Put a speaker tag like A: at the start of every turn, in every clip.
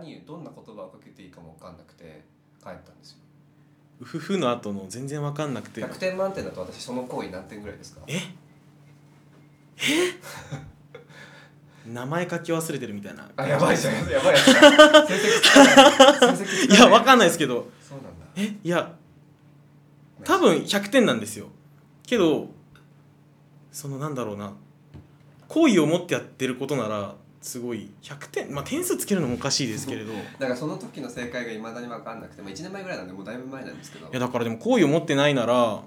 A: にどんな言葉をかけていいかも分かんなくて帰ったんですよ
B: うふふの後の全然わかんなくて
A: 100点満点だと私その行為何点ぐらいですか
B: ええ名前書き忘れてるみたいな
A: あやばい じゃんやばいやつ成績つかない成績つ
B: いやわかん
A: ない
B: ないですけど
A: そうなんだ
B: えいや多分100点なんですよけどそのなんだろうな好意を持ってやってることならすごい100点まあ点数つけるのもおかしいですけれどい
A: だからその時の正解がいまだに分かんなくて、まあ、1年前ぐらいなんでもうだいぶ前なんですけど
B: やだからでも好意を持ってないなら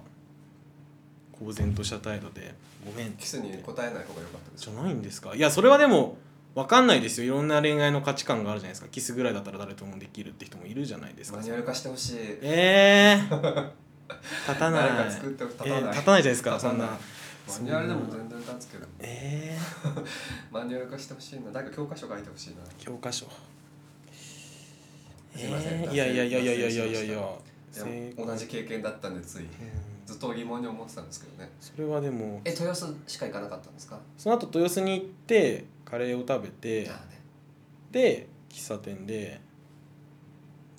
B: 公然とした態度で「ごめん」って
A: キスに答えない方が良かったです
B: じゃないんですかいやそれはでも分かんないですよいろんな恋愛の価値観があるじゃないですかキスぐらいだったら誰ともできるって人もいるじゃないですか
A: マニュアル化してほしい
B: ええー、立たない
A: 誰か作って立たない
B: えー立たないじゃないですか
A: 立た
B: そ
A: ない
B: んな
A: マニュアルでも全然立つけど
B: ええ
A: マニュアル化してほしいななんか教科書書いてほしいな
B: ー、教科書
A: すいません
B: えーいやいやいやいやいやいやいやいや
A: でも同じ経験だったんでつい
B: うん
A: ずっと疑問に思ってたんですけどね
B: それはでも
A: え豊洲しか行かなかったんですか
B: その後豊洲に行ってカレーを食べて
A: あね
B: で喫茶店で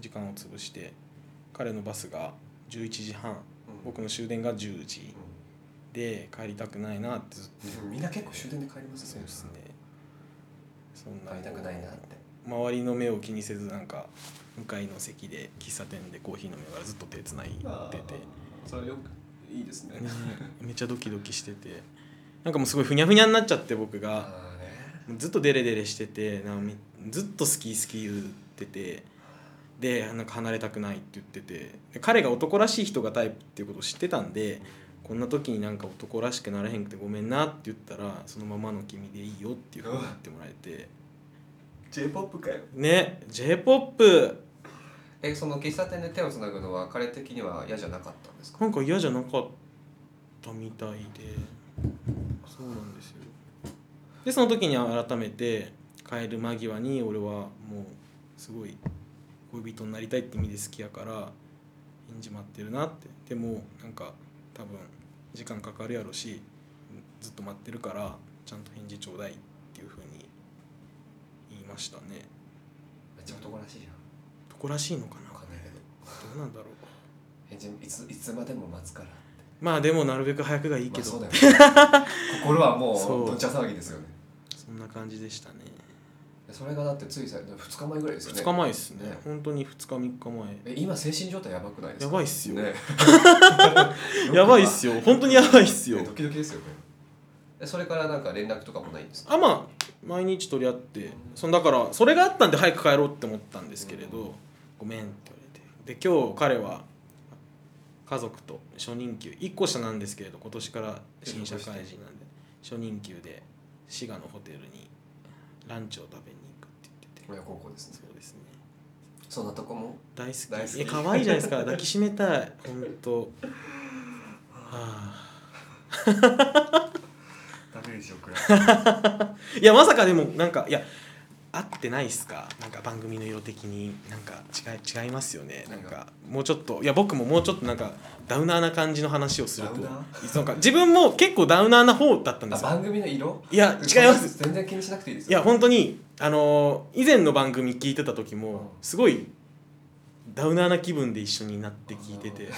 B: 時間を潰して彼のバスが11時半
A: うん
B: 僕の終電が10時で帰りたくないなってずっと
A: うんみんな結構終電で帰ります
B: そう
A: ね
B: ですねそんな
A: 帰りたくないなって
B: 周りの目を気にせずなんか向かいの席で喫茶店でコーヒー飲みながらずっと手つないでて
A: それよくいいですね
B: ねめっちゃドキドキしててなんかもうすごいふにゃふにゃになっちゃって僕が
A: あーね
B: もうずっとデレデレしててなんかめずっと好き好き言っててでなんか離れたくないって言っててで彼が男らしい人がタイプっていうことを知ってたんでこんな時になんか男らしくなれへんくてごめんなって言ったらそのままの君でいいよっていうふうに言ってもらえて
A: J-POP かよ
B: ね j p o p
A: えその喫茶店で手をつなぐのは彼的には嫌じゃなかったんですか
B: なんか嫌じゃなかったみたいでそうなんですよでその時に改めて帰る間際に俺はもうすごい恋人になりたいって意味で好きやから演じまってるなってでもなんか多分時間かかるやろしずっと待ってるからちゃんと返事ちょうだいっていうふうに言いましたね
A: めっちゃ男らしいじゃ
B: どこらしいのかなん
A: わかんないけど
B: どうなんだろう
A: 返事いついつまでも待つから
B: まあでもなるべく早くがいいけど、
A: まあそうだよ ね心はも
B: そう
A: うどんちゃ騒ぎですよね
B: そんな感じでしたね
A: それがだってついさ2日前ぐらいですよね
B: 2日前ですね
A: ね
B: 本当に2日3日前
A: え今精神状態やばくないですか
B: やばいっすよ
A: ね
B: やばいっすよ本当にやばいっすよ
A: ねドキドキですよこれえそれからなんか連絡とかもないんですか
B: あまあ毎日取り合ってそのだからそれがあったんで早く帰ろうって思ったんですけれど、
A: うん
B: ごめんって言われてで今日彼は家族と初任給1個下なんですけれど今年から新社会人なんで初任給で滋賀のホテルにランチを食べに行くって言ってて
A: 親孝行ですね
B: そうですね
A: そんなとこも
B: 大好き
A: 大好き
B: え可愛いじゃないで すか抱きしめたい本当。はあ
A: ダメでしょくらい
B: いやまさかでもなんかいや合ってないっすかなんか番組の色的になんか違い違いますよねなん
A: 何
B: かもうちょっといや僕ももうちょっとなんかダウナーな感じの話をすると
A: ダウナ
B: なんか自分も結構ダウナーな方だったんで
A: あ
B: すよ
A: 番組の色
B: いや違い ます
A: 全然気にしなくていいです
B: いや
A: ほん
B: 本当にあのー以前の番組聞いてた時
A: うん
B: もすごいダウナーな気分で一緒になって聞いてて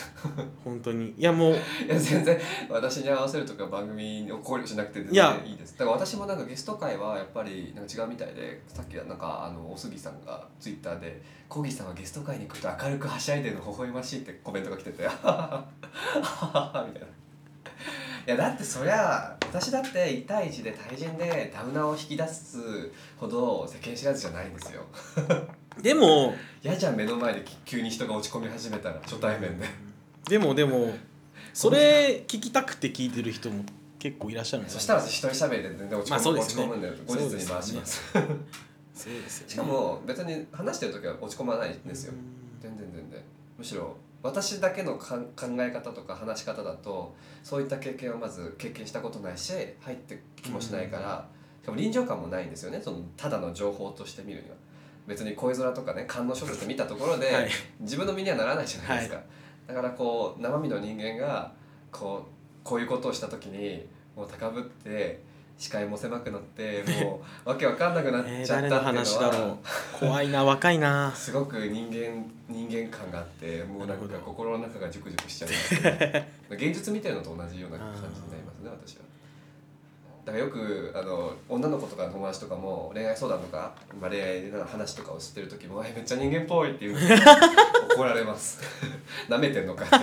B: 本当にいやもう
A: いや全然私に合わせるとか番組を考慮しなくて全
B: いや
A: 然いいですだから私もなんかゲスト会はやっぱりなんか違うみたいでさっきなんかあのおすぎさんがツイッターで「小木さんはゲスト会に来ると明るくはしゃいでるの微笑ましい」ってコメントが来てて「はははははみたいな。いやだってそりゃ私だって1対1で対人でダウナーを引き出すほど世間知らずじゃないんですよ
B: でも
A: 嫌じゃん目の前で急に人が落ち込み始めたら初対面で
B: でも でもそれ聞きたくて聞いてる人も結構いらっしゃるんです
A: そ
B: よ
A: したら私一人喋りで全然落ち込む,、
B: まあそうですね
A: 落ち込むんで後日に回します
B: そうですよね
A: しかも別に話してる時は落ち込まないんですよ
B: うん
A: 全然全然むしろ私だけのかん考え方とか話し方だとそういった経験はまず経験したことないし入ってきもしないから、しかも臨場感もないんですよねそのただの情報として見るには別に恋空とかね観音小説見たところで、
B: はい
A: 自分の身にはならないじゃないですか、だからこう生身の人間がこうこういうことをした時にもう高ぶって視界も狭くなっても うわけわかんなくなっ
B: えー
A: ちゃったってい
B: 誰
A: うの
B: の
A: は、
B: 話だろう怖いな若い な
A: すごく人間人間感があってもうなん
B: な
A: か
B: るほど
A: 心の中がジュクジュクしちゃうんですけど現実見てるのと同じような感じになりますね私は。だからよくあの女の子とかの友達とかも恋愛相談とか、まあ、恋愛の話とかをしてる時も「えめっちゃ人間っぽい」って言うんですよ 怒られます「なめてんのか」って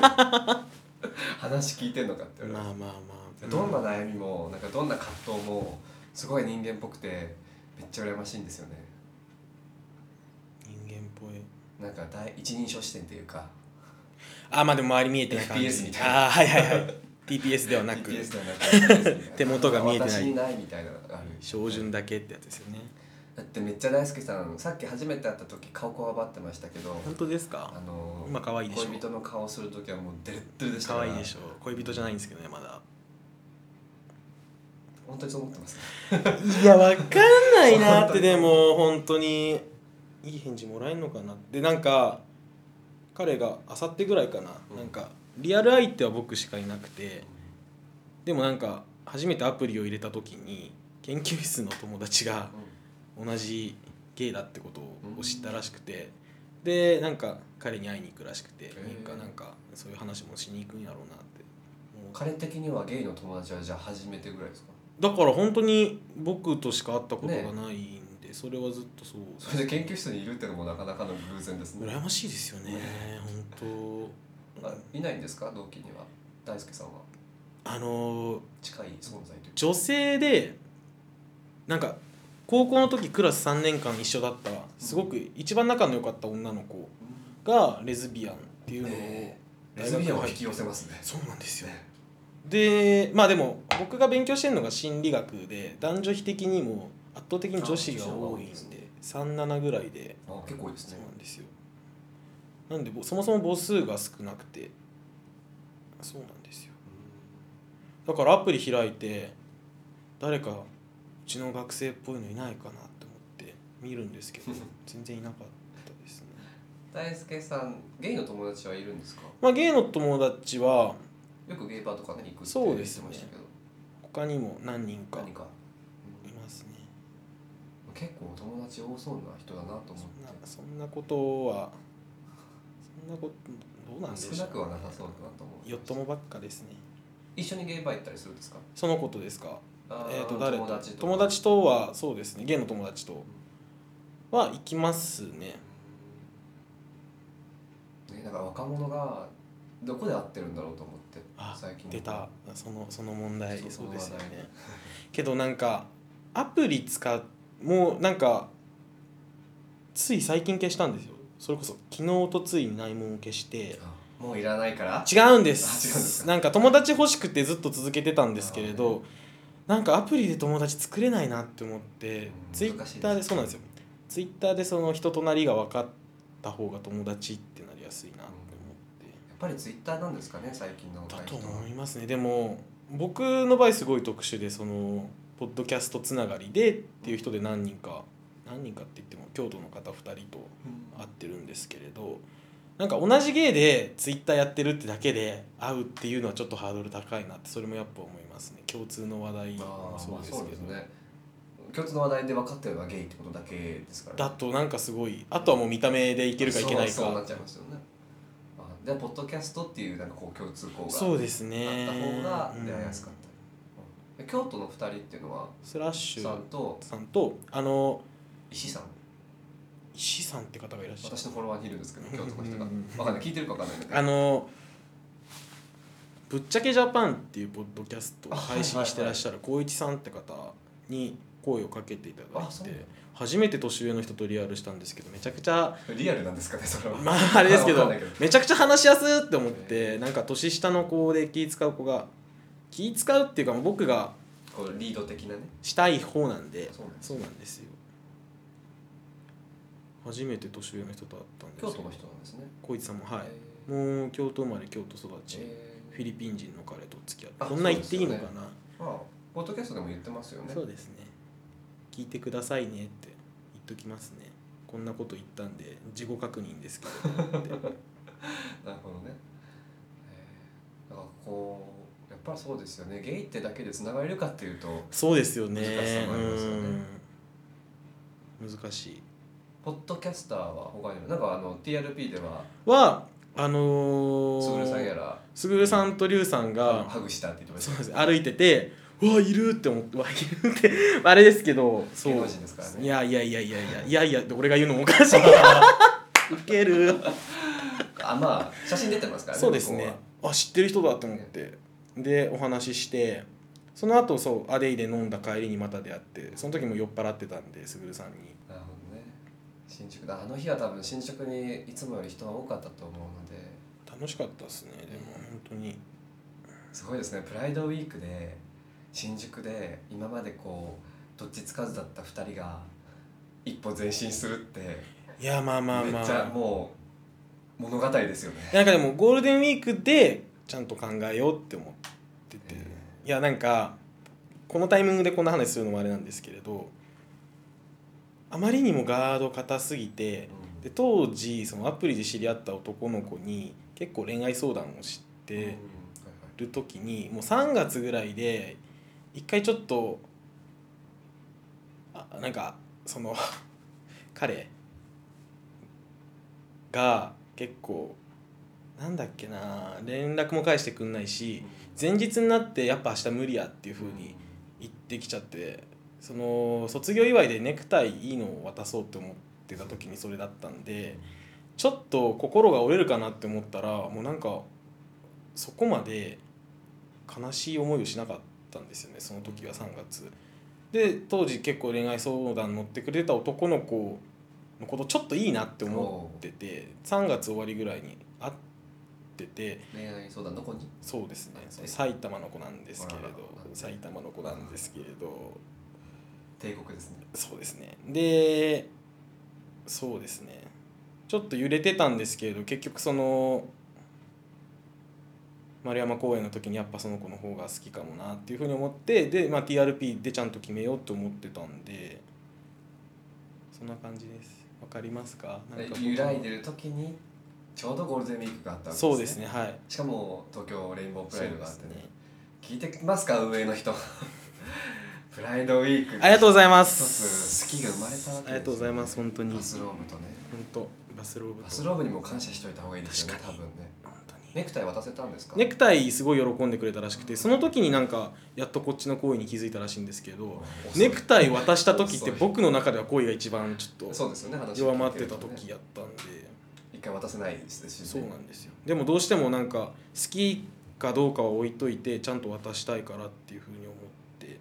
A: 「話聞いてんのか」って言われ
B: ま
A: ま
B: あ
A: す
B: まあまあ
A: どんな悩みもなんかどんな葛藤もすごい人間っぽくてめっちゃ羨ましいんですよね
B: 人間っぽい
A: なんか第一人称視点というか
B: あまあでも周り見えてない感じ
A: FPS みたいな
B: あーはいはい はい TPS ではなく
A: TPS ではなく
B: 手元が見えてない
A: 私にないみたいなのがある
B: 照準だけってやつですよね
A: だってめっちゃ大輔さんさっき初めて会った時顔こわばってましたけど
B: 本当ですか
A: あの
B: 今可愛いでしょ
A: 恋人の顔する時はもうデレッデレでした
B: 可
A: から
B: 愛いでしょ恋人じゃないんですけどねまだ
A: 本当にそう思ってます
B: いやわかんないなっ
A: 本当
B: て
A: に
B: でも本当にいい返事もらえるのかなでなんか彼があさってぐらいかな、
A: うん
B: なんかリアル相手は僕しかいなくてでもなんか初めてアプリを入れた時に研究室の友達が同じゲイだってことを知ったらしくて、でなんか彼に会いに行くらしくて、
A: ー
B: なんかなんかそういう話もしに行くんやろうなってもう
A: 彼的にはゲイの友達はじゃあ初めてぐらいですか
B: だから本当に僕としか会ったことがないんで、それはずっとそう
A: それで研究室にいるってのもなかなかの偶然ですね
B: 羨ましいですよね
A: ね
B: 本
A: あいないんですか同期には大輔さんは
B: 当あの
A: 近い存在というか
B: 女性でなんか高校の時クラス3年間一緒だったすごく一番仲の良かった女の子がレズビアンっていうのを、
A: ねえレズビアンを引き寄せますね
B: そうなんですよ
A: ね
B: でまあでも僕が勉強してるのが心理学で男女比的にも圧倒的に女子が多いん
A: あ女子の方が多い
B: で37ぐらいで
A: あ結構多いです
B: そう
A: ね
B: なんですよなんでぼそもそも母数が少なくてそうなんですよだからアプリ開いて誰かうちの学生っぽいのいないかなって思って見るんですけど全然いなかったですね
A: 大輔さんゲイの友達はいるんですか
B: まあゲイの友達は
A: よくゲイバーとかに行くって
B: そう
A: 言っ
B: で
A: て
B: すね
A: ましたけど、
B: 他にも何人か
A: 何か
B: いますね
A: うん結構友達多そうな人だなと思っ
B: そんな
A: て
B: そんなことはそんなことどうなんでしょう
A: 少なくはなさそうだなと思う
B: よっともばっかですね
A: 一緒にゲイバー行ったりするんですか
B: そのことですか
A: あー
B: えー、と誰と
A: 友
B: 友
A: 達
B: 達
A: と
B: とはそうですねゲイの友達とは行きますね
A: ねだから若者がどこで会ってるんだろうと思って
B: あ
A: 最近
B: 出たそのその問題
A: そう
B: そうですよ
A: その話
B: ね けどなんかアプリ使うもうなんかつい最近消したんですよそれこそ昨日とついに内門を消して
A: あもういらないから
B: 違うんで
A: あ違うんです
B: す
A: か
B: なんか友達欲しくてずっと続けてたんですけれどなんかアプリで友達作れないなって思って
A: うん
B: ツイッ
A: 難しいです
B: ターでそうなんですよツイッターでその人となりが分かった方が友達ってなりやすいなって思っ
A: やっぱりツイッターなんですかね最近の若
B: てだ
A: い
B: と
A: 人は
B: 思いますねでも僕の場合すごい特殊でそのポッドキャストつながりでっていう人で何人か何人かって言っても京都の方2人と
A: うん
B: 会ってるんですけれどなんか同じ芸でツイッターやってるってだけで会うっていうのはちょっとハードル高いなってそれもやっぱ思いますね共通の話題
A: ま
B: も
A: あ
B: そ
A: そう
B: う
A: で
B: ですす
A: けど
B: けど、
A: ね共通の話題で分かってるのはゲイってことだけですからね
B: だとなんかすごいあとはもう見た目でいけるかいけないか
A: そう
B: そ
A: そうな
B: う
A: っちゃいますよねあでポッドキャストっていうなんかこう共通項が
B: ですね
A: あった方が
B: うん
A: 出会いやすかったり、うんで京都の2人っていうのは
B: スラッシ
A: さん
B: ュ
A: と
B: さんとあの
A: 石井さん
B: 石井さんって方がいらっしゃる
A: 私のフォロワーにいるんですけど京都の人が
B: うんうんうん
A: わかんない聞いてるかわかんないんだけど
B: あの「ぶっちゃけジャパン」っていうポッドキャストを
A: あ
B: 配信してらっしゃる光一さんって方に声をかけていただ
A: あ
B: い
A: そうなんだ
B: て初めて年上の人とリアルしたんですけどめちゃくちゃ
A: リアルなんですかねそれは、
B: まああれですけ
A: わか
B: ど
A: んないけど
B: めちゃくちゃ話しやすいって思ってなんか年下の子で気使う子が気使うっていうかもう僕が
A: こうリード的なね
B: したい方なんで
A: そうなんです
B: そうなんですよ初めて年上の人と会ったんです
A: 京都
B: けど
A: の人なんですね
B: 光一さんもはい
A: えー
B: もう京都生まれ京都育ち
A: えー
B: フィリピン人の彼と付き合
A: あ
B: ってこんな言っていいのかな
A: まあポッドキャストでも言ってますよね
B: そうですね聞いてくださいねって言っときますねこんなこと言ったんで自己確認ですけどって
A: なるほどね、えー、だからこうやっぱりそうですよねゲイってだけでつながれるかっていうと
B: そうですよね
A: 難しさもありますよね
B: うん難しい
A: ポッドキャスターは他にもなんかあの TRP では
B: はあの
A: すぐるさんや
B: ー
A: ら
B: すぐるさんとりゅうさんが
A: ハグしたって言ってまし
B: そう
A: た
B: です歩いててうわいるって思ってうわいるって あれですけどそう
A: 芸能人ですからね
B: いやいやいやいやいやいやいやって俺が言うのも おかしいウケる
A: あまあ写真出てますからね
B: そうですねあ知ってる人だと思ってでお話ししてその後そうアデイで飲んだ帰りにまた出会ってその時も酔っ払ってたんですぐるさんに
A: なるほどね新宿だあの日は多分新宿にいつもより人が多かったと思うので
B: 楽しかったですねでも本当に
A: すごいですねプライドウィークで新宿で今までこうどっちつかずだった2人が一歩前進するって
B: いやまあまあ
A: め
B: ま
A: っちゃ
B: あ
A: もう物語ですよね。
B: なんかでもゴールデンウィークでちゃんと考えようって思ってていやなんかこのタイミングでこんな話するのもあれなんですけれどあまりにもガード硬すぎてで当時そのアプリで知り合った男の子に結構恋愛相談をしてる時にもう3月ぐらいで一回ちょっとあなんかその 彼が結構なんだっけな連絡も返してくんないし前日になってやっぱ明日無理やっていう風に行ってきちゃってその卒業祝いでネクタイいいのを渡そうって思ってた時にそれだったんでちょっと心が折れるかなって思ったらもうなんかそこまで悲しい思いをしなかったんですよねその時は3月。で当時結構恋愛相談乗ってくれてた男の子のことちょっといいなって思ってて3月終わりぐらいに会ってて
A: 恋愛相談の子に
B: そうですね
A: あ
B: そう埼玉の子なんですけれど
A: あららなんて
B: 埼玉の子なんですけれど
A: 帝国ですね。
B: そうですねでそうですねちょっと揺れてたんですけれど結局その丸山公演の時にやっぱその子の方が好きかもなっていうふうに思ってで、まあ、TRP でちゃんと決めようと思ってたんでそんな感じですわかりますかなんか僕の
A: 揺らいでる時にちょうどゴールデンウィークがあったわけですね。
B: そうですねはい
A: しかも東京レインボープライドがあって
B: そう
A: ね
B: ですね
A: 聞いてますか運営の人 プライドウィーク
B: ありがとうご
A: い
B: ざいま
A: 一つ
B: す
A: 好きが生まれたわけですね
B: ありがとうございます本当に
A: バスローブとね
B: 本当バスローブと
A: バスローブにも感謝しといた方がいいですよね多
B: 確か
A: 分
B: に
A: ね
B: 本当に
A: ネクタイ渡せたんですか
B: ネクタイすごい喜んでくれたらしくてその時になんかやっとこっちの行為に気づいたらしいんですけどネクタイ渡した時って僕の中では行為が一番ちょっ
A: そうですよね
B: と
A: 話
B: 弱まっ
A: 聞
B: てた
A: いると
B: 時
A: ね
B: やったんで
A: 一回渡せないですしね
B: そうなんですよでもどうしてもなんか好きかどうかは置いといてちゃんと渡したいからっていうふうに思って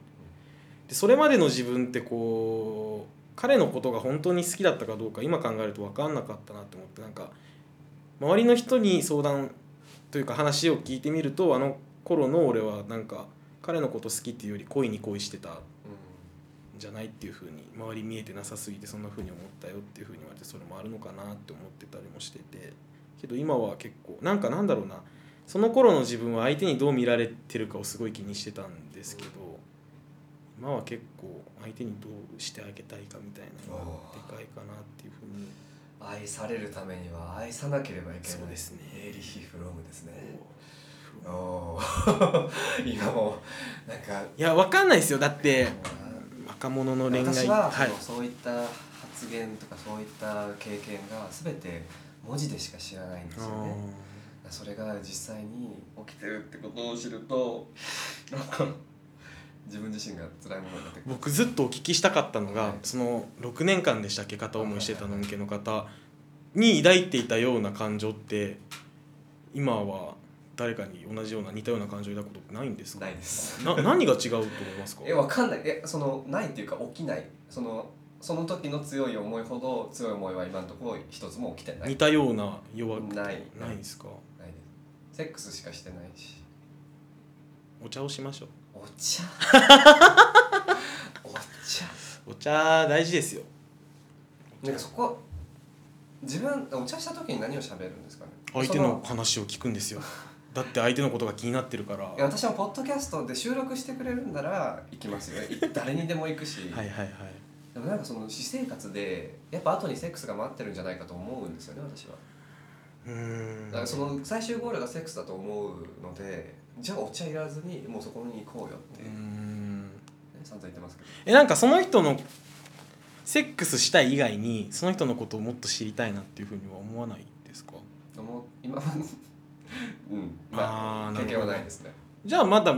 B: でそれまでの自分ってこう彼のことが本当に好きだったかどうか今考えると分かんなかったなって思ってなんか周りの人に相談というか話を聞いてみるとあの頃の俺はなんか彼のこと好きっていうより恋に恋してたん
A: う
B: じゃないっていうふうに周り見えてなさすぎてそんなふうに思ったよっていうふうに言われてそれもあるのかなって思ってたりもしててけど今は結構なんかなんだろうなその頃の自分は相手にどう見られてるかをすごい気にしてたんですけど今は結構相手にどうしてあげたいかみたいなのがでかいかなっていうふうに
A: ん愛されるためには愛さなければいけない
B: そうですね
A: エーリヒフロムですねおー 今もうなんか
B: いやわかんないですよだって
A: もうな
B: 若者の恋愛
A: 私は、
B: はい
A: そのそういった発言とかそういった経験が全て文字でしか知らないんですよねそれが実際に起きてるってことを知るとなんか自分自身が辛いものになってくる
B: 僕ずっとお聞きしたかったのが、
A: はい
B: その6年間でしたっけ片思いしてたのんけの方に抱いていたような感情って今は誰かに同じような似たような感情を抱くことってないんですか
A: ないです
B: な何が違うと思いますか
A: えわかんないえそのないっていうか起きないそのその時の強い思いほど強い思いは今のところ一つも起きてない
B: 似たような弱くて
A: ない
B: ないですか
A: ないですセックスしかしてないし
B: お茶をしましょう
A: お 茶お茶
B: お茶大事ですよ
A: なんかそこ自分お茶した時に何を喋るんですかね
B: 相手
A: そ
B: の話を聞くんですよだって相手のことが気になってるから
A: いや私もポッドキャストで収録してくれるんなら行きますよ ねい誰にでも行くし、
B: はいはいはい
A: でもなんかその私生活でやっぱ後にセックスが待ってるんじゃないかと思うんですよね私は
B: うーん
A: だからその最終ゴールがセックスだと思うのでじゃあお茶いらずにもうそこに行こうよって、
B: うー
A: ね、
B: ん
A: 散々言ってますけど
B: えなんかその人のセックスしたい以外にその人のことをもっと知りたいなっていうふうには思わないですか
A: 思う今は うんまあ
B: あーなるほど
A: 経験はないですね
B: じゃあまだ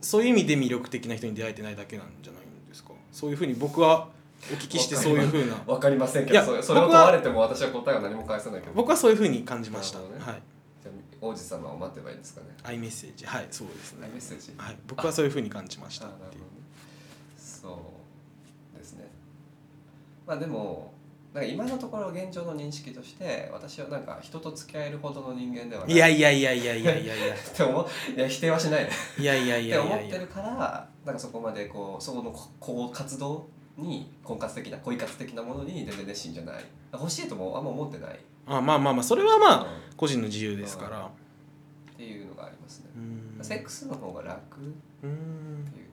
B: そういう意味で魅力的な人に出会えてないだけなんじゃないんですかそういうふうに僕はお聞きしてそういうふうな
A: わかりませんけ
B: い
A: ど
B: や
A: それそれを問
B: 僕は
A: われても私は答えは何も返さないけど
B: 僕はそういうふうに感じました、
A: なるほどね
B: はい
A: じゃあ王子様を待ってばいいんですかね
B: アイメッセージはいそうです
A: メ
B: ね
A: ッセージ
B: はい僕はそういうふうに感じました
A: あ
B: っ
A: なるほど
B: て
A: ね
B: いう
A: そうですねまあでもなんか今のところ現状の認識として私はなんか人と付き合えるほどの人間ではない
B: いやいやいやいやいやいやいや
A: って思ういや否定はしないね
B: いやいやい
A: って
B: やい
A: 思
B: や
A: っ
B: い
A: て
B: や
A: るからなんかそこまでこうそこのここう活動に婚活的な恋活的なものに全然熱心じゃない欲しいともあんま思ってない、
B: あまあまあまあそれはまあ
A: うん
B: 個人の自由ですから
A: っていうのがありますね
B: う、ん
A: セックスの方が楽っ
B: うん
A: ていう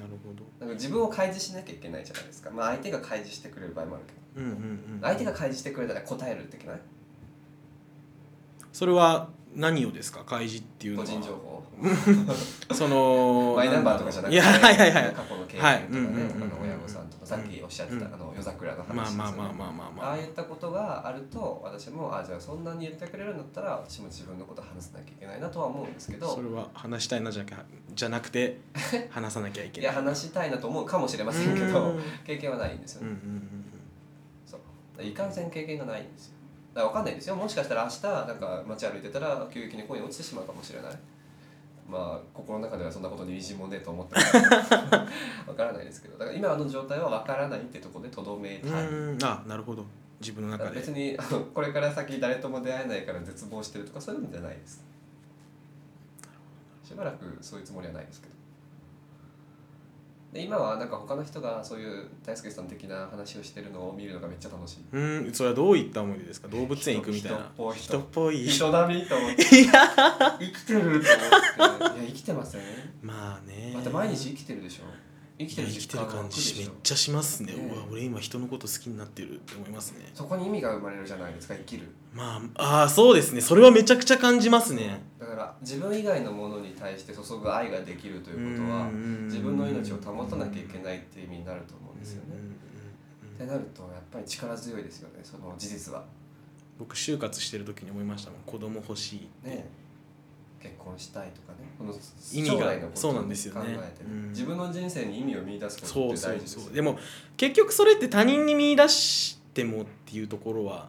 B: なるほど
A: なんか自分を開示しなきゃいけないじゃないですかまあ相手が開示してくれる場合もあるけど
B: うんうんう
A: 相
B: ん
A: 手が開示してくれたら答えるっていけない
B: それは何をですか開示っていうの
A: 個
B: は
A: 人情報
B: そ の
A: マイナンバーとかじゃなくて
B: いやはいはいはい
A: 過去の経験と
B: はい
A: か
B: うんうん
A: ね
B: うん
A: 他の親御さんとかさっきおっしゃってた
B: うん
A: あの夜桜の話
B: まあまあ
A: ですよ
B: まあ
A: ね
B: まあまあ
A: あ
B: ま
A: あ
B: あ
A: いったことがあると私もあじゃあそんなに言ってくれるんだったら私も自分のこと話さなきゃいけないなとは思うんですけど
B: それは話したいなじゃなくじゃなく て話さなきゃいけ
A: い
B: ない
A: や話したいなと思うかもしれませんけど
B: うん
A: 経験はないんですよ
B: うんう
A: ね、
B: ん
A: そういかんせん経験がないんですよだから分かんないですよもしかしたら明日なんか街歩いてたら急激に恋に落ちてしまうかもしれないまあ心の中ではそんなことに微塵もねえと 思って分からないですけどだから今の状態は分からないってとこでとどめ
B: うんう
A: たい
B: んうーんあなるほど自分の中で
A: 別にあのこれから先誰とも出会えないから絶望してるとかそういうのじゃないですしばらくそういうつもりはないですけどで今はなんか他の人がそういう大輔さん的な話をしてるのを見るのがめっちゃ楽しい
B: うんそれはどういった思い出ですか動物園行くみたいな
A: 人人
B: 人
A: っ
B: っぽい
A: 人だみと思って
B: いや
A: 生きてると思っていや生きてません
B: まあね
A: だって毎日生きてるでしょ生
B: 生
A: きてる
B: 生きて
A: 実感
B: る
A: が湧
B: 感
A: くでし
B: じめっ
A: ょ
B: ちゃしますね
A: ね
B: うわ俺今人のこと好きになってるって思いますね
A: そこに意味が生まれるじゃないですか生きる
B: まああーそうですねそれはめちゃくちゃ感じますね
A: だから自分以外のものに対して注ぐ愛ができるということは自
B: 自
A: 分の命を保たなきゃいけないっていう意味になると思うんですよね。ってなるとやっぱり力強いですよねその事実は。
B: 僕就活してる時に思いましたもん子供欲しいって、
A: ね結婚したいとかねこの
B: 意味が
A: 将来のこと
B: そう
A: を
B: な
A: 考え
B: んです
A: て
B: よねうん
A: 自分の人生に意味を見出すことっ
B: そ
A: て
B: うそう
A: 大事です
B: そ
A: よ
B: う
A: ね
B: でも結局それって他人に見出してもっていうところは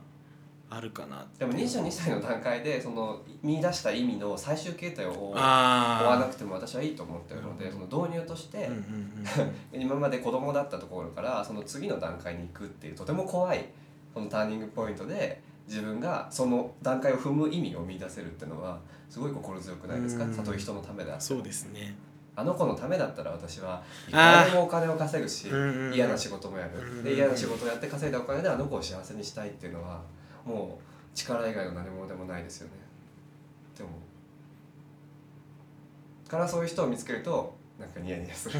B: あるかなって
A: でも22歳の段階でその見出した意味の最終形態を追わな
B: あ
A: くても私はいいと思ってるので
B: な
A: そ
B: る
A: の
B: ほ
A: 導入とし
B: あ
A: て
B: うんうんうん
A: 今まで子供だったところからその次の段階に行くっていうとても怖いこのターニングポイントで自分がその段階を踏む意味を見出せるっていうのはすごい心強くないですか
B: うん
A: たとえ人のためだ
B: そうです ね
A: あの子のためだったら私はいく
B: あ
A: ら
B: ー
A: でもお金を稼ぐし
B: うんうん
A: 嫌な仕事もや
B: う
A: る
B: ん
A: で嫌な仕事をやって稼いだお金であの子を幸せにしたいっていうのはもう力以外の何物でもないですよねでもからそういう人を見つけるとなんかニヤニヤす る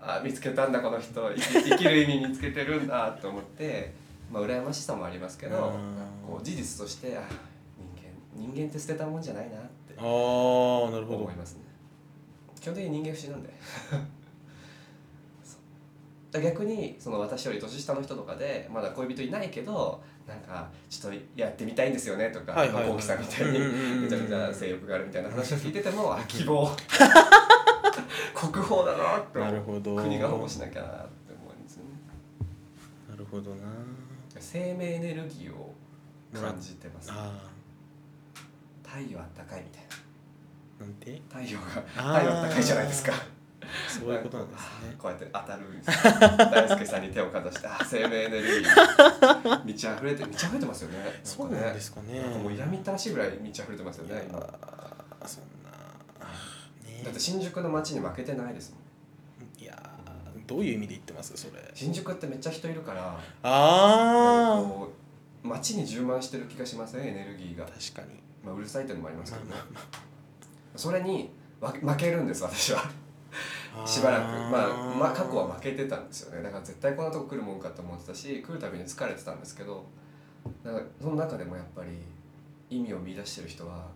A: あ見つけたんだこの人生き生きる意味見つけてるんだと思ってまあ羨ましさもありますけど
B: うん
A: こう事実としてあ人間人間って捨てたもんじゃないなって
B: ああなるほど
A: 思いますね基本的に人間不思議なんで そうだから逆にその私より年下の人とかでまだ恋人いないけどなんかちょっとやってみたいんですよねとか
B: はいはいはい
A: まあこうきさんみたいに
B: うんうんうん
A: めちゃめちゃ性欲があるみたいな話を聞いててもあ希望 国宝だなって
B: なる
A: 思
B: ほど
A: う国が保護しなきゃなって思うんですよね
B: なるほどな
A: 生命エネルギーを感じてます
B: あ
A: 太陽あったかいみたい
B: あなんて
A: な太陽が
B: あー
A: 太陽あったかいじゃないですか
B: そういうことなんですね
A: こうやって当たるんですよ大輔さんに手をかざしてあ生命エネルギー満ち溢れて満ち溢れてますよねなんかね
B: そうなんですかね
A: なんかもう嫌みったらしいぐらい満ち溢れてますよ
B: いや
A: ね今だ
B: ーそんなね
A: って新宿の街に負けてないですもん
B: いやーどういう意味で言ってますそれ
A: 新宿ってめっちゃ人いるからなんか
B: あ
A: こう街に充満してる気がしませんエネルギーが
B: あ、確かに
A: まあ、うるさいってのもあります
B: ま
A: け
B: あ
A: ど、
B: まあま
A: それにわ負けるんです私は
B: あ
A: しばらくまあ、まあ、過去は負
B: け
A: けてたんですよねだから絶対こんなとこ来るもんかと思ってたし来るたびに疲れてたんですけどだからその中でもやっぱり意味を見出してる人は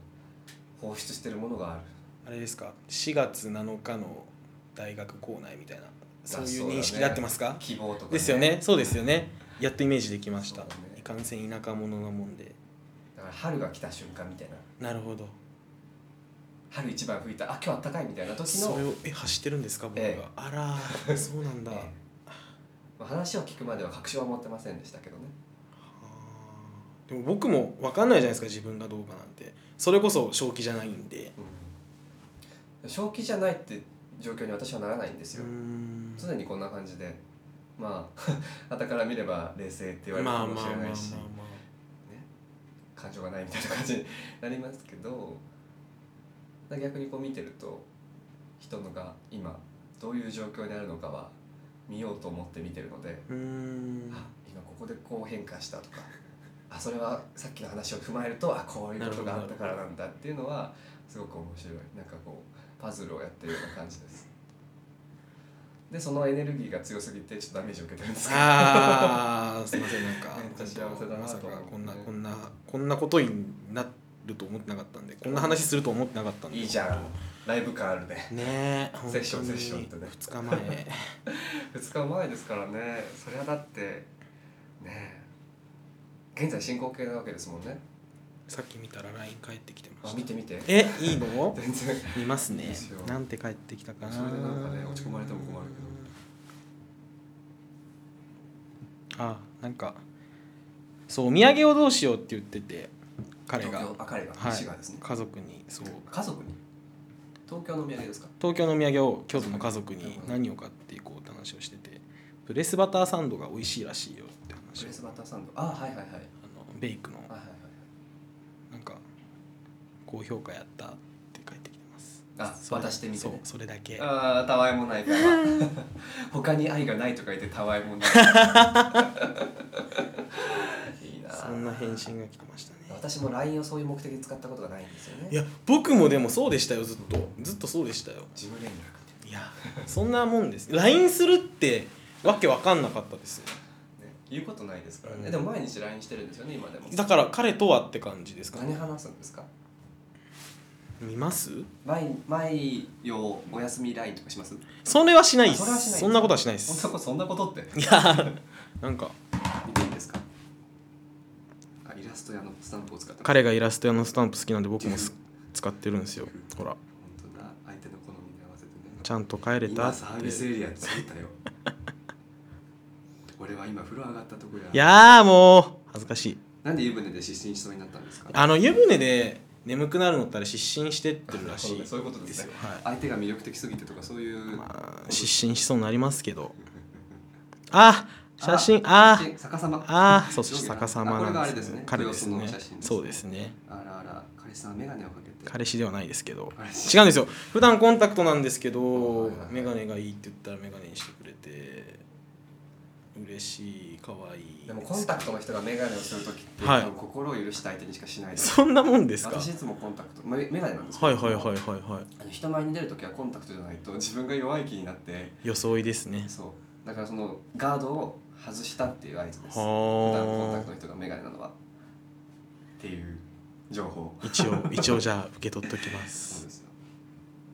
A: 放出してるものがある
B: あれですか4月7日の大学構内みたいなそうい
A: そう
B: う
A: だね
B: 認識になってますか、
A: 希望とか、
B: ですよねそうですよねやっとイメージできました、
A: そうだね
B: いかんせん田舎者なもんで
A: だから春が来た瞬間みたいな
B: なるほど
A: 春一番吹いたあ今日あったかいみたいな時
B: それ
A: の、
B: をえ走ってるんですか僕が、
A: ええ
B: あらーそうなんだ、
A: ええまあ話を聞くまでは確証は持ってませんでしたけどね
B: あーでも僕も分かんないじゃないですか自分がどうかなんてそれこそ正気じゃないんで
A: うん正気じゃないって状況に私はならないんです
B: うー
A: よ、
B: ん
A: 常にこんな感じでまあ 傍から見れば冷静って言われる
B: ま
A: か
B: あま
A: も
B: あま
A: し
B: あ
A: れ
B: まあ
A: な
B: ま
A: いし感情がないみたいな感じに なりますけどだから逆にこう見てると人のが今どういう状況にあるのかは見ようと思って見てるので、
B: あうーん
A: あ今ここでこう変化したとかあそれはさっきの話を踏まえるとあこういうことがあったからなんだっていうのはすごく面白いなんかこうパズルをやってるような感じですでそのエネルギーが強すぎてちょっとダメージを受けてるんですけど
B: あーすいません なんか
A: めっちゃ幸せだな
B: まさ
A: と
B: か
A: 思って
B: こんなこんなこんなことになると思ってなかったんでこんな話すると思ってなかったんで
A: いいじゃんライブ感あるね
B: ねえ
A: セッションセッションってね
B: 2日前
A: 2日前ですからねそれはだってねえ現在進行形なわけですもんね
B: さっき見たら LINE 返ってきてま
A: あ
B: し
A: 見
B: た
A: て見て
B: えいいの
A: 全然
B: 見ます
A: いい
B: ね
A: ですよ
B: なんて帰ってきたかな
A: それでなんかね落ち込まれても困るけど
B: あなんかそうお土産をどうしようって言ってて彼が、
A: 東
B: は
A: 京あ彼が
B: い
A: 西がですね、
B: 家族にそう
A: 家族に東京のお土産ですか
B: 東京のお土産を京都の家族に
A: うん
B: 何を買っていこうって話をしててプレスバターサンドが美味しいらしいよって
A: プ
B: 話を
A: レスバターサンドあはいはいはいはい
B: あのベイクの
A: はいはい
B: なんか高評価やったって書いてきてます
A: あ
B: それ
A: 渡してみて
B: そう
A: ね
B: それだけ
A: あーたわいもない から他に愛がないとか言ってたわいも ないいいな
B: そんな返信が来てましたね
A: 私も LINE をそういう目的で使ったことがないんですよね
B: いや僕もでもそうでしたよずっとずっとそうでしたよ
A: 事務連絡
B: いやそんなもんです LINE するってわけわかんなかったですよ
A: ね言うことないですからね、
B: うん
A: でも毎日 LINE してるんですよね今でも
B: だから彼とはって感じですか
A: 何
B: ね
A: 話すんですか
B: 見ます
A: 毎毎夜お休み LINE とかします
B: それはしないで
A: あそれはしない
B: すそんなことはしないで
A: そ
B: す
A: んなことそんなことって
B: いやなんか
A: 見ていいですかあイラスト屋のスタンプを使って
B: 彼がイラスト屋のスタンプ好きなんで僕もす使ってるんですよほら
A: 本当だ相手の好みに合わせてね
B: ちゃんと帰れた
A: 今
B: っ
A: サービスエ
B: て
A: リア着いたよ 俺は今風呂上がったとこや
B: いやーもう恥ずかしい
A: なんで湯船で失神しそうになったんですか
B: あの湯船で眠くなるのったら失神してってるらしい
A: そういうことですね
B: はい
A: 相手が魅力的すぎてとかそういう、
B: まあ失神しそうになりますけどあ写真あ
A: 写真逆さま
B: ああそ
A: 上
B: し
A: 下
B: て逆さま
A: あこれが
B: な
A: あれ
B: ん
A: で
B: ですす
A: ね
B: ね彼です
A: 豊
B: ね
A: 洲の写真ですね
B: そうですね
A: あらあら彼氏さんは眼鏡をかけて
B: 彼氏ではないですけど
A: 彼氏
B: 違うんですよ普段コンタクトなんですけ
A: はい
B: ど
A: はいはい
B: 眼鏡がいいって言ったら眼鏡にしてくれて嬉しい可愛い
A: でもコンタクトの人が眼鏡をする時って、
B: はい
A: 多分心を許した相手にしかしないです
B: そんなもんですかはい
A: 私いつもコンタクト、まあ、眼鏡なんですけ
B: は
A: ど
B: いはいはいは
A: あの人前に出る時はコンタクトじゃないと自分が弱い気になって
B: い装いですね
A: そうだからそのガードを外したっていう合図です普段コンタクト
B: は
A: の人が眼鏡なのはっていう情報
B: あ一応一応じゃあ受け取っときま
A: そう
B: す
A: ですよ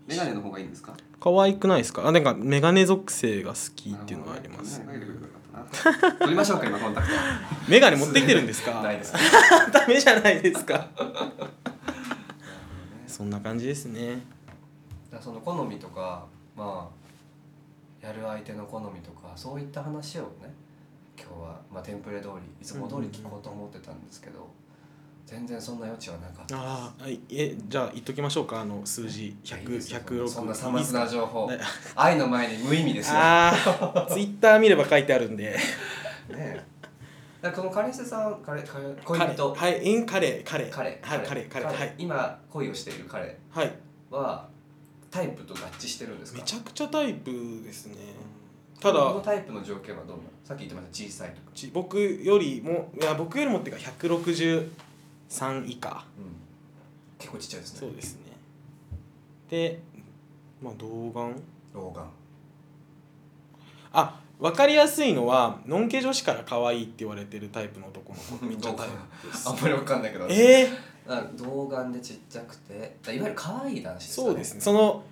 A: 眼鏡の方がいいんですか
B: 可愛くないですかあなんか眼鏡属性が好きっていうのがあります
A: なるほどね眼鏡かけてくればよかったな取りましょうか今コンタク
B: 眼鏡持ってきてるんです
A: ト
B: か
A: ないですね
B: ダメじゃないですかそんな感じですね
A: だからその好みとかまあやる相手の好みとかそういった話をね今日は、まあ、テンプレ通りいつも通り聞こうと思ってたんですけど、全然そんな余地はなかった
B: ああはいえじゃあ言っときましょうかあの数字
A: いやいいですよ
B: 100106
A: そんなさまつな情報
B: ね
A: 愛の前に無意味ですよね
B: ああツイッター見れば書いてある んで
A: えだからこの彼氏さん彼彼恋人
B: 彼はいイン彼彼
A: 彼
B: はい彼彼はい
A: 今恋をしている彼
B: はい
A: はタイプと合致してるんですか
B: めちゃくちゃタイプですねただ
A: このタイプの条件はどうなのさっき言ってました小さいとか、
B: ち僕よりもいや僕よりもっていうか163以下
A: うん、結構ちっちゃいです
B: そう
A: ね
B: ですねでまあ童顔
A: 老眼
B: あ分かりやすいのはのんけ女子から可愛いって言われてるタイプの男の子めっちゃタイプです
A: あんまりわかんないけど
B: えー、
A: なんか童顔でちっちゃくてだいわゆる可愛い男子ですかね
B: そうですねその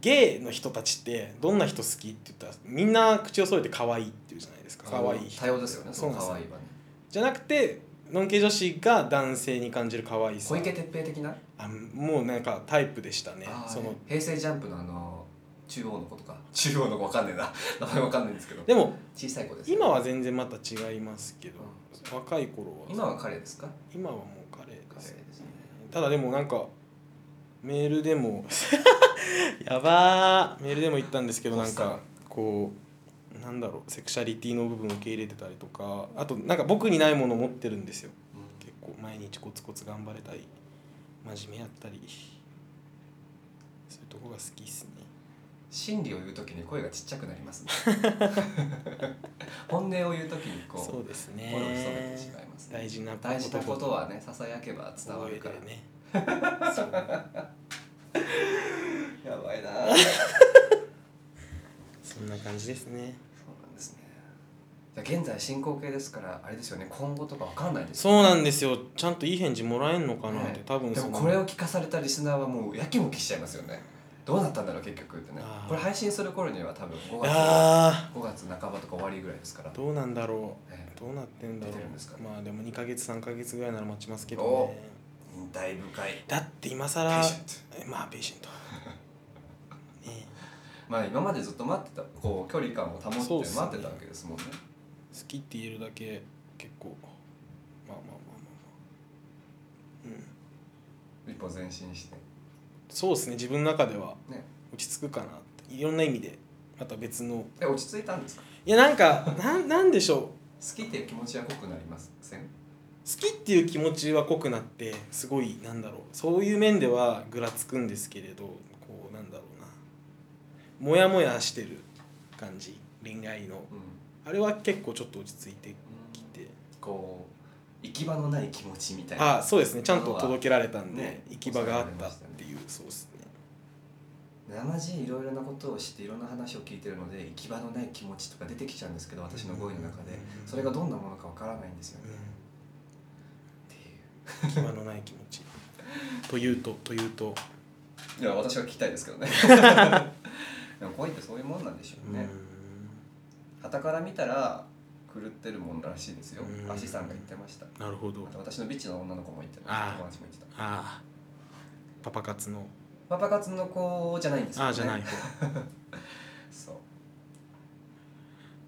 B: ゲイの人たちってどんな人好きって言ったらみんな口を添えて可愛いって言うじゃないですか可愛い人
A: 多様ですよね
B: そうなんです
A: 可
B: よ
A: 愛いはね
B: じゃなくてのんけ女子が男性に感じる可愛さ
A: 小池徹平的な、
B: あもうなんかタイプでしたね
A: あー
B: その
A: 平成ジャンプのあの中央の子とか 中央の子わかんねえな 名前わかんないんですけど
B: でも
A: 小さい子ですよ
B: 今は全然また違いますけど若い頃は
A: 今は彼ですか
B: 今はもうカレー
A: 彼
B: で
A: です
B: す
A: ね
B: ただでもなんかメール でもやばーメールでも言ったんですけどなん
A: おっさ
B: かこうなんだろうセクシャリティの部分を受け入れてたりとかあとなんか僕にないものを持ってるんですよ
A: うん
B: 結構毎日コツコツ頑張れたり真面目やったりそういうとこが好きっすね
A: 心理を言う時に声がちっちゃくなります ね本音を言う時にこう
B: そうですね
A: 声を潜めてしまいますね
B: 大事な
A: 大事なことはねささやけば伝わるから
B: 覚
A: ね
B: えてねそう
A: やばい なぁそう
B: そんな感じですね
A: なんですねじゃあ現在進行形ですからあれですよね今後とかわかんないですよ
B: そうなんですよちゃんといい返事もらえんのかなって、
A: ね
B: 多分
A: で
B: そ
A: も
B: の
A: これを聞かされたリスナーはもうやきもきしちゃいますよねどうなったんだろう結局ってね
B: あー
A: これ配信する頃には多分5月
B: あ
A: 5月半ばとか終わりぐらいですから、
B: ーどうなんだろ
A: ね
B: うどうなってんだろう
A: 出てるんですかね
B: まあでも2ヶ月3ヶ月ぐらいなら待ちますけど
A: お
B: ね
A: 引退深い
B: だって今
A: ペ
B: 更
A: ーシェント
B: えまあペーシェント ね
A: まあ今までずっと待ってたこう距離感を保って
B: そう
A: 待
B: っすね
A: ってたわけですもんね
B: 好きって言えるだけ結構まあまあまあまあまあうん
A: 一歩前進して
B: そうですね自分の中では
A: ね
B: 落ち着くかなっていろんな意味でまた別の
A: え落ち着いたんですか
B: いやなんかなんなんでしょう
A: 好きっていう気持ちは濃くなりません
B: 好きっていう気持ちは濃くなってすごいなんだろうそういう面ではぐらつくんですけれどこうなんだろうなモヤモヤしてる感じ恋愛の
A: うん
B: あれは結構ちょっと落ち着いてきて
A: こう行き場のない気持ちみたいな
B: あそうですねちゃんと届けられたんで、
A: ね
B: 行き場があったっていうそうですね
A: 生地いろいろなことを知っていろんな話を聞いてるので行き場のない気持ちとか出てきちゃうんですけど私の語彙の中で
B: うん
A: それがどんなものかわからないんですよね、
B: う
A: ってい
B: ん行き場のない気持 ちというとというと、
A: ういや私は聞きたいですけど ねでも恋ってそういうもんなんでしょうね傍から見たら狂ってるもんらしいですよ
B: うん
A: 足さんが言ってました
B: うんなるほど
A: また私のビッチの女の子も言って
B: あ
A: た
B: ー
A: 友達も言ってた
B: ああパパ活の
A: パパ活の子じゃないんです
B: ああじゃない
A: そう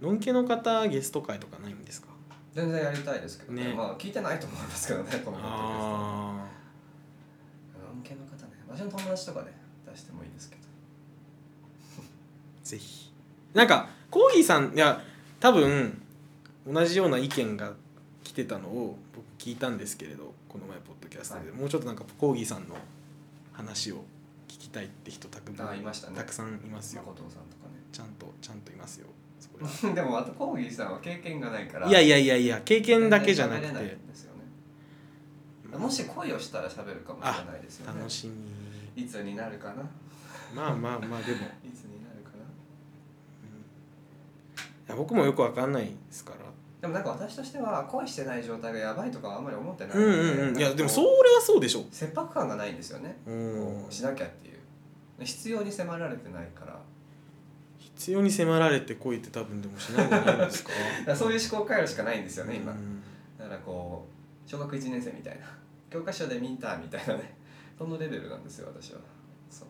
B: のんけの方ゲスト会とかないんですか
A: 全然やりたいですけどね
B: ね
A: まあ聞いてないと思いますけどねこのポッドキャスト
B: あ
A: 案件の方ね私の友達とかね出してもいいですけど
B: ーぜひなんかコーギーさんいや多分同じような意見が来てたのを僕聞いたんですけれどこの前ポッドキャストで、
A: は
B: もうちょっとなんかコーギーさんの話を聞きたいって人たく
A: あいましたね
B: くさんいますよ
A: 誠さんとかね
B: ちゃんとちゃんといますよそこ ら
A: でもあとコーギーさんは経験がないから
B: いやい
A: や
B: やいやいや経験だけじゃなくて
A: ですよねもし恋をしたら喋るかもしれないですよね
B: 楽しみ
A: いつになるかな
B: まあまあまあ でも
A: いつになるかな
B: うんいや僕もよくわかんないですから
A: でもなんか私としては恋してない状態がやばいとかはあんまり思ってない
B: うんうんうんいやでもそれ
A: う
B: はそうでしょ
A: 切迫感がないんですよね
B: う
A: こうしなきゃっていう必要に迫られてないから
B: 必要に迫られてこいって多分でもしないんじゃないですか
A: だからそういう思考回路しかないんですよね今、
B: うん
A: だからこう小学1年生みたいな 教科書で見たみたいなね そのレベルなんですよ私はそう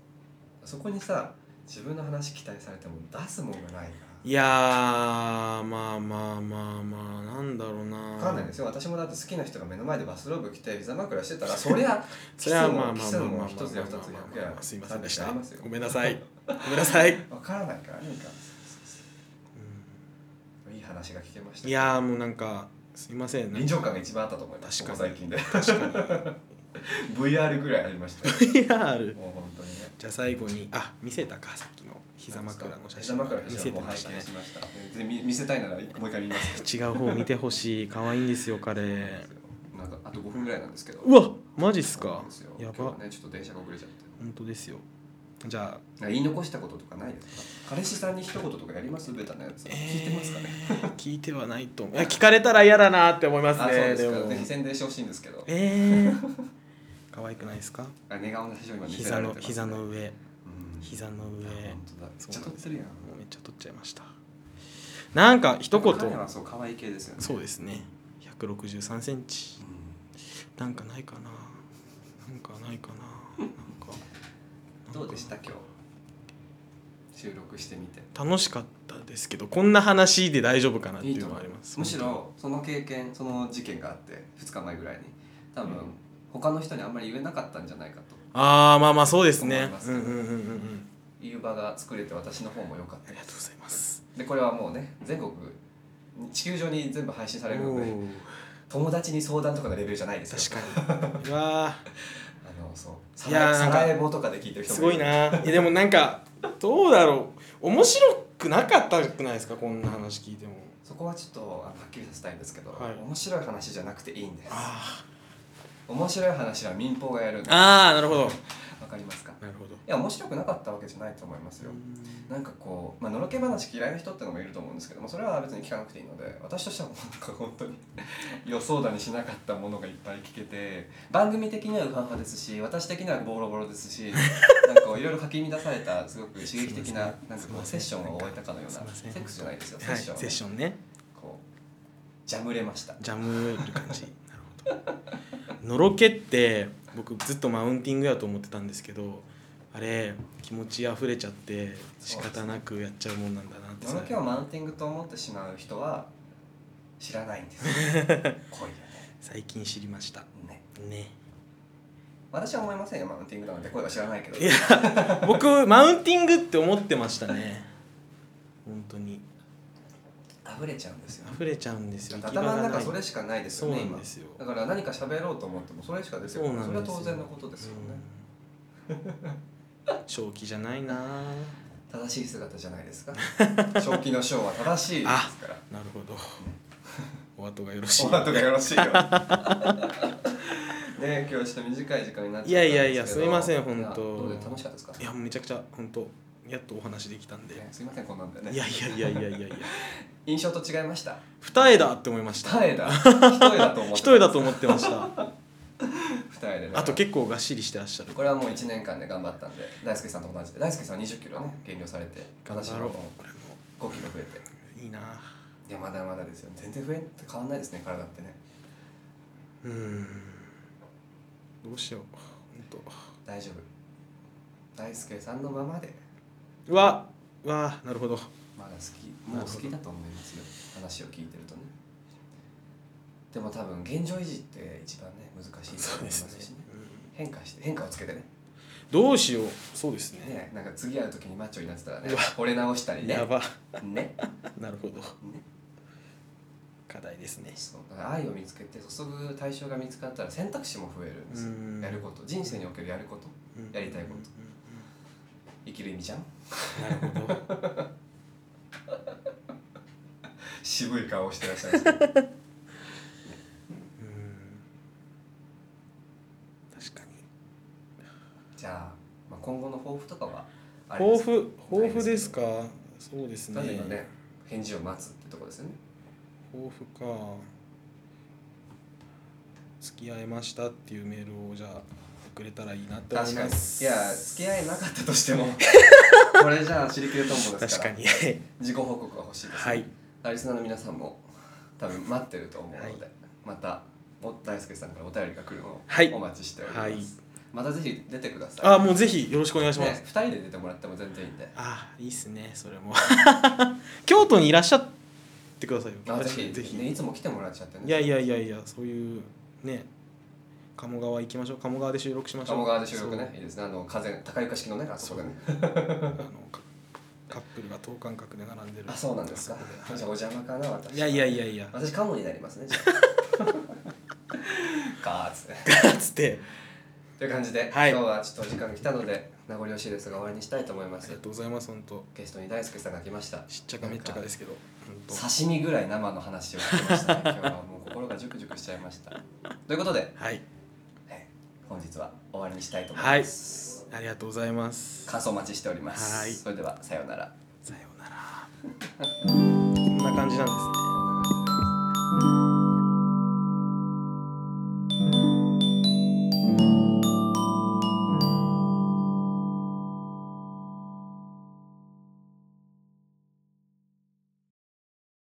A: そこにさ自分の話期待されても出すもんがないから
B: いやーまあまあまあまあなんだろうな
A: 分かんないですよ私もだって好きな人が目の前でバスローブ着て膝枕してたらそりゃ
B: それはまあまあ
A: キ
B: まあ
A: ス
B: まあ
A: も
B: まあまあまあ
A: キスも一つや二つ
B: まあまあまあ
A: 百や
B: すいませんでした
A: 三百やりますよ
B: ごめんなさ いごめんなさい、う
A: 分からないからねいいからいい話が聞けました
B: んいやーもうなんかすいません
A: 臨場感が一番あったと思います
B: 確
A: こ
B: か
A: こ
B: に
A: 最近で
B: 確か
A: VR ぐらいありましたよ
B: に VR
A: もう本当にね
B: じゃあ最後にあ見せたかさっきの膝枕の写真
A: 膝枕の
B: 見
A: 写
B: せ
A: 真
B: て
A: も
B: ま
A: 拝
B: した
A: 見
B: ね
A: しましたで見見せたいなら一個もう一回見ますけど
B: 違う方見てほしい可愛いんですよ彼
A: なんかあと5分ぐらいなんですけど。
B: うわマジっす
A: そうな
B: か
A: んですよ
B: や
A: 今
B: ば
A: 日はね、ちょっと電車が遅れちゃって。
B: 本当ですよじゃあ
A: 言い残したこととかないですか彼氏さんに一言とかやりますベタなやつ、聞いてますかね
B: えー聞いてはないと思ういや聞かれたら嫌だなって思います
A: あそう
B: ね
A: ですか
B: も
A: ぜひ宣伝してほしいんですけど
B: えー、可愛くないですか
A: あ寝顔の写真を今見せら
B: 膝
A: れて
B: の
A: ます、ね、
B: 膝の上
A: うん
B: 膝の上
A: あ本当だめっちゃ撮ってるやん
B: もうめっちゃ取っちゃいましたなんか一言
A: 彼はそう可愛い系ですよね
B: そうですね1 6 3センチ
A: う
B: なんかないかななんかないかななんか
A: んどうでした今日収録してみて
B: 楽しかったですけどこんな話で大丈夫かなっていうのはあります
A: むしろその経験その事件があって2日前ぐらいに多分、他の人にあんまり言えなかったんじゃないかと
B: ああまあまあそうです
A: 思
B: ね
A: います
B: うん
A: ね
B: うんうんうんうん
A: いう場が作れて私の方も良かっ
B: あ
A: た
B: りがとうございます
A: でこれはもうね全国地球上に全部配信されるので友達に相談とかのレベルじゃないですよ
B: 確かにうわ
A: あのそう
B: い
A: サ
B: や
A: ラ
B: ー
A: サ
B: なんか
A: ラエボとかで聞いてる
B: ー
A: 人
B: す
A: も
B: ごい
A: る
B: ないやでもなんかどうだろう面白くなかったくないですかこんな話聞いても
A: そこはちょっとあのはっきりさせたいんですけど、
B: はい
A: 面白い話じゃなくていいんです
B: あ
A: 面白い話は民放がやるんですわ
B: あーなるほど
A: かりますか
B: なるほど
A: いや面白くなかったわけじゃないと思いますよ、なんかこう、まあのろけ話嫌いな人ってのもいると思うんですけどもそれは別に聞かなくていいので私としてはもうなんか本当に 予想だにしなかったものがいっぱい聞けて番組的にはウハウハですし私的にはボロボロです しなんかこういろいろかき乱されたすごく刺激的ななんか
B: すい
A: こ
B: ま
A: う
B: せ
A: セ
B: ん
A: ッションを終えたかのよう
B: す
A: ない
B: ません
A: セックスじゃないですよセ
B: は
A: ッ
B: い
A: ションをね、
B: セッションね
A: こうジャムれました
B: ジャムる感じなるほどのろけって僕ずっとマウンティングやと思ってたんですけどあれ気持ち溢れちゃって仕方なくやっちゃうもんなんだなって
A: のろけをマウンティングと思ってしまう人は知らないんです 恋だ
B: 最近知りました
A: ねね
B: ね
A: 私は思いませんよマウンティングなんて恋は知らないけど
B: いや僕マウンティングって思ってましたね本当に
A: 溢れちゃうんですよ
B: 溢れちゃうんですよ行き場
A: 頭の
B: がな
A: 中
B: い
A: それしかないです
B: そ
A: よ
B: う
A: ね
B: な
A: 今
B: んですよ
A: だから何か喋ろうと思ってもそれしか出てこ
B: そ
A: な
B: う
A: い
B: な
A: それ
B: んですよ
A: は当然のことですよね、
B: うん正気じゃないな
A: 正しい姿じゃないです か正気の正は正しいですから
B: なるほどお後がよろしい
A: お後がよろしいよねえ今日ちょっと短い時間になっちゃったんですけど
B: いやいやいやすいません本当
A: いやどうで楽しかったですか
B: いやめちゃくちゃ本当やっとお話できたんで、
A: ねすいませんこんなんでね
B: いやいやいやいやいやいや
A: 印象と違いま した
B: 二重だって思いました
A: 二重だ一重だと思って
B: 一重だと思ってました
A: 二重でね
B: あと結構がっしりしてらっしゃる
A: これはもう1年間で頑張ったんで大輔さんと同じで大輔さん2 0キロね減量されて
B: 頑
A: 私
B: 張
A: は
B: ろ
A: も
B: う
A: う
B: これ
A: 5キロ増えて
B: もいいない
A: やまだまだですよ全然増え変わんないですね体ってね
B: うーんどうしよう本
A: 大丈夫大輔さんのままで
B: 当うわうわなるほど
A: まだ好きもう好きだと思いますよ話を聞いてるとねでも多分現状維持って一番ね難しいと思いますしね
B: うん
A: 変化して変化をつけてね
B: どうしようそうですね
A: ねなんか次会う時にマッチョになってたらね
B: うわ
A: 惚れ直したりね
B: やば
A: ね
B: なるほど
A: ね
B: 課題ですね
A: そうだから愛を見つけて注ぐ対象が見つかったら選択肢も増えるんですよ
B: うん
A: やること人生におけるやることやりたいこと生きる意味じゃん
B: と なるほど
A: 渋い顔をしてらっしゃるんですけど
B: うん確かに
A: じゃあ,、まあ今後の抱負とかはありま
B: 抱
A: すか
B: 負抱負ですかそうですね
A: なぜかね返事を待つってとこですよね
B: 抱負か付き合いましたっていうメールをじゃあくれたらいいなって思い
A: 確かに
B: ま
A: い
B: す
A: や付き合いなかったとして もこれじゃあ知りきると思うんです
B: 確
A: か
B: からに
A: 自己報告が欲しいです、
B: はい
A: アリスナーの皆さんも多分待ってると思うので、またお大輔さんからお便りが来るのを
B: はい
A: お待ちしております、
B: はい
A: またぜひ出てください
B: あもうぜひよろしくお願いします、
A: ね、2人で出てもらっても全然いいんで
B: あいいっすねそれも 京都にいらっしゃってくださいよ
A: あぜひ
B: ぜひ、
A: ね、いつも来てもらっちゃってね
B: いやいやいやいやそういうね鴨川行きましょう鴨川で収録しましょう
A: 鴨川で収録ねいいですねあの風高床式のねあそこでね
B: そうあのカカップルが等間隔で並んでる
A: あそうなんですかじゃあお邪魔かな私
B: いやいやいやいや
A: 私カモになりますねじゃ あガーッツね
B: つって
A: という感じで、
B: はい
A: 今日はちょっとお時間が来たので名残惜しいですが終わりにしたいと思いま
B: あ
A: す
B: りがとうございます本当
A: ゲストに大輔さんが来ました
B: しっちゃかめっちゃかですけど本当
A: 刺身ぐらい生の話をしてました ね今日はもう心がジュクジュクしちゃいましたということで
B: はい
A: はい本日は終わりにしたいと思います、
B: ありがとうございます
A: 感想お待ちしております
B: はい
A: それではさようなら
B: さようならこんな感じなんですね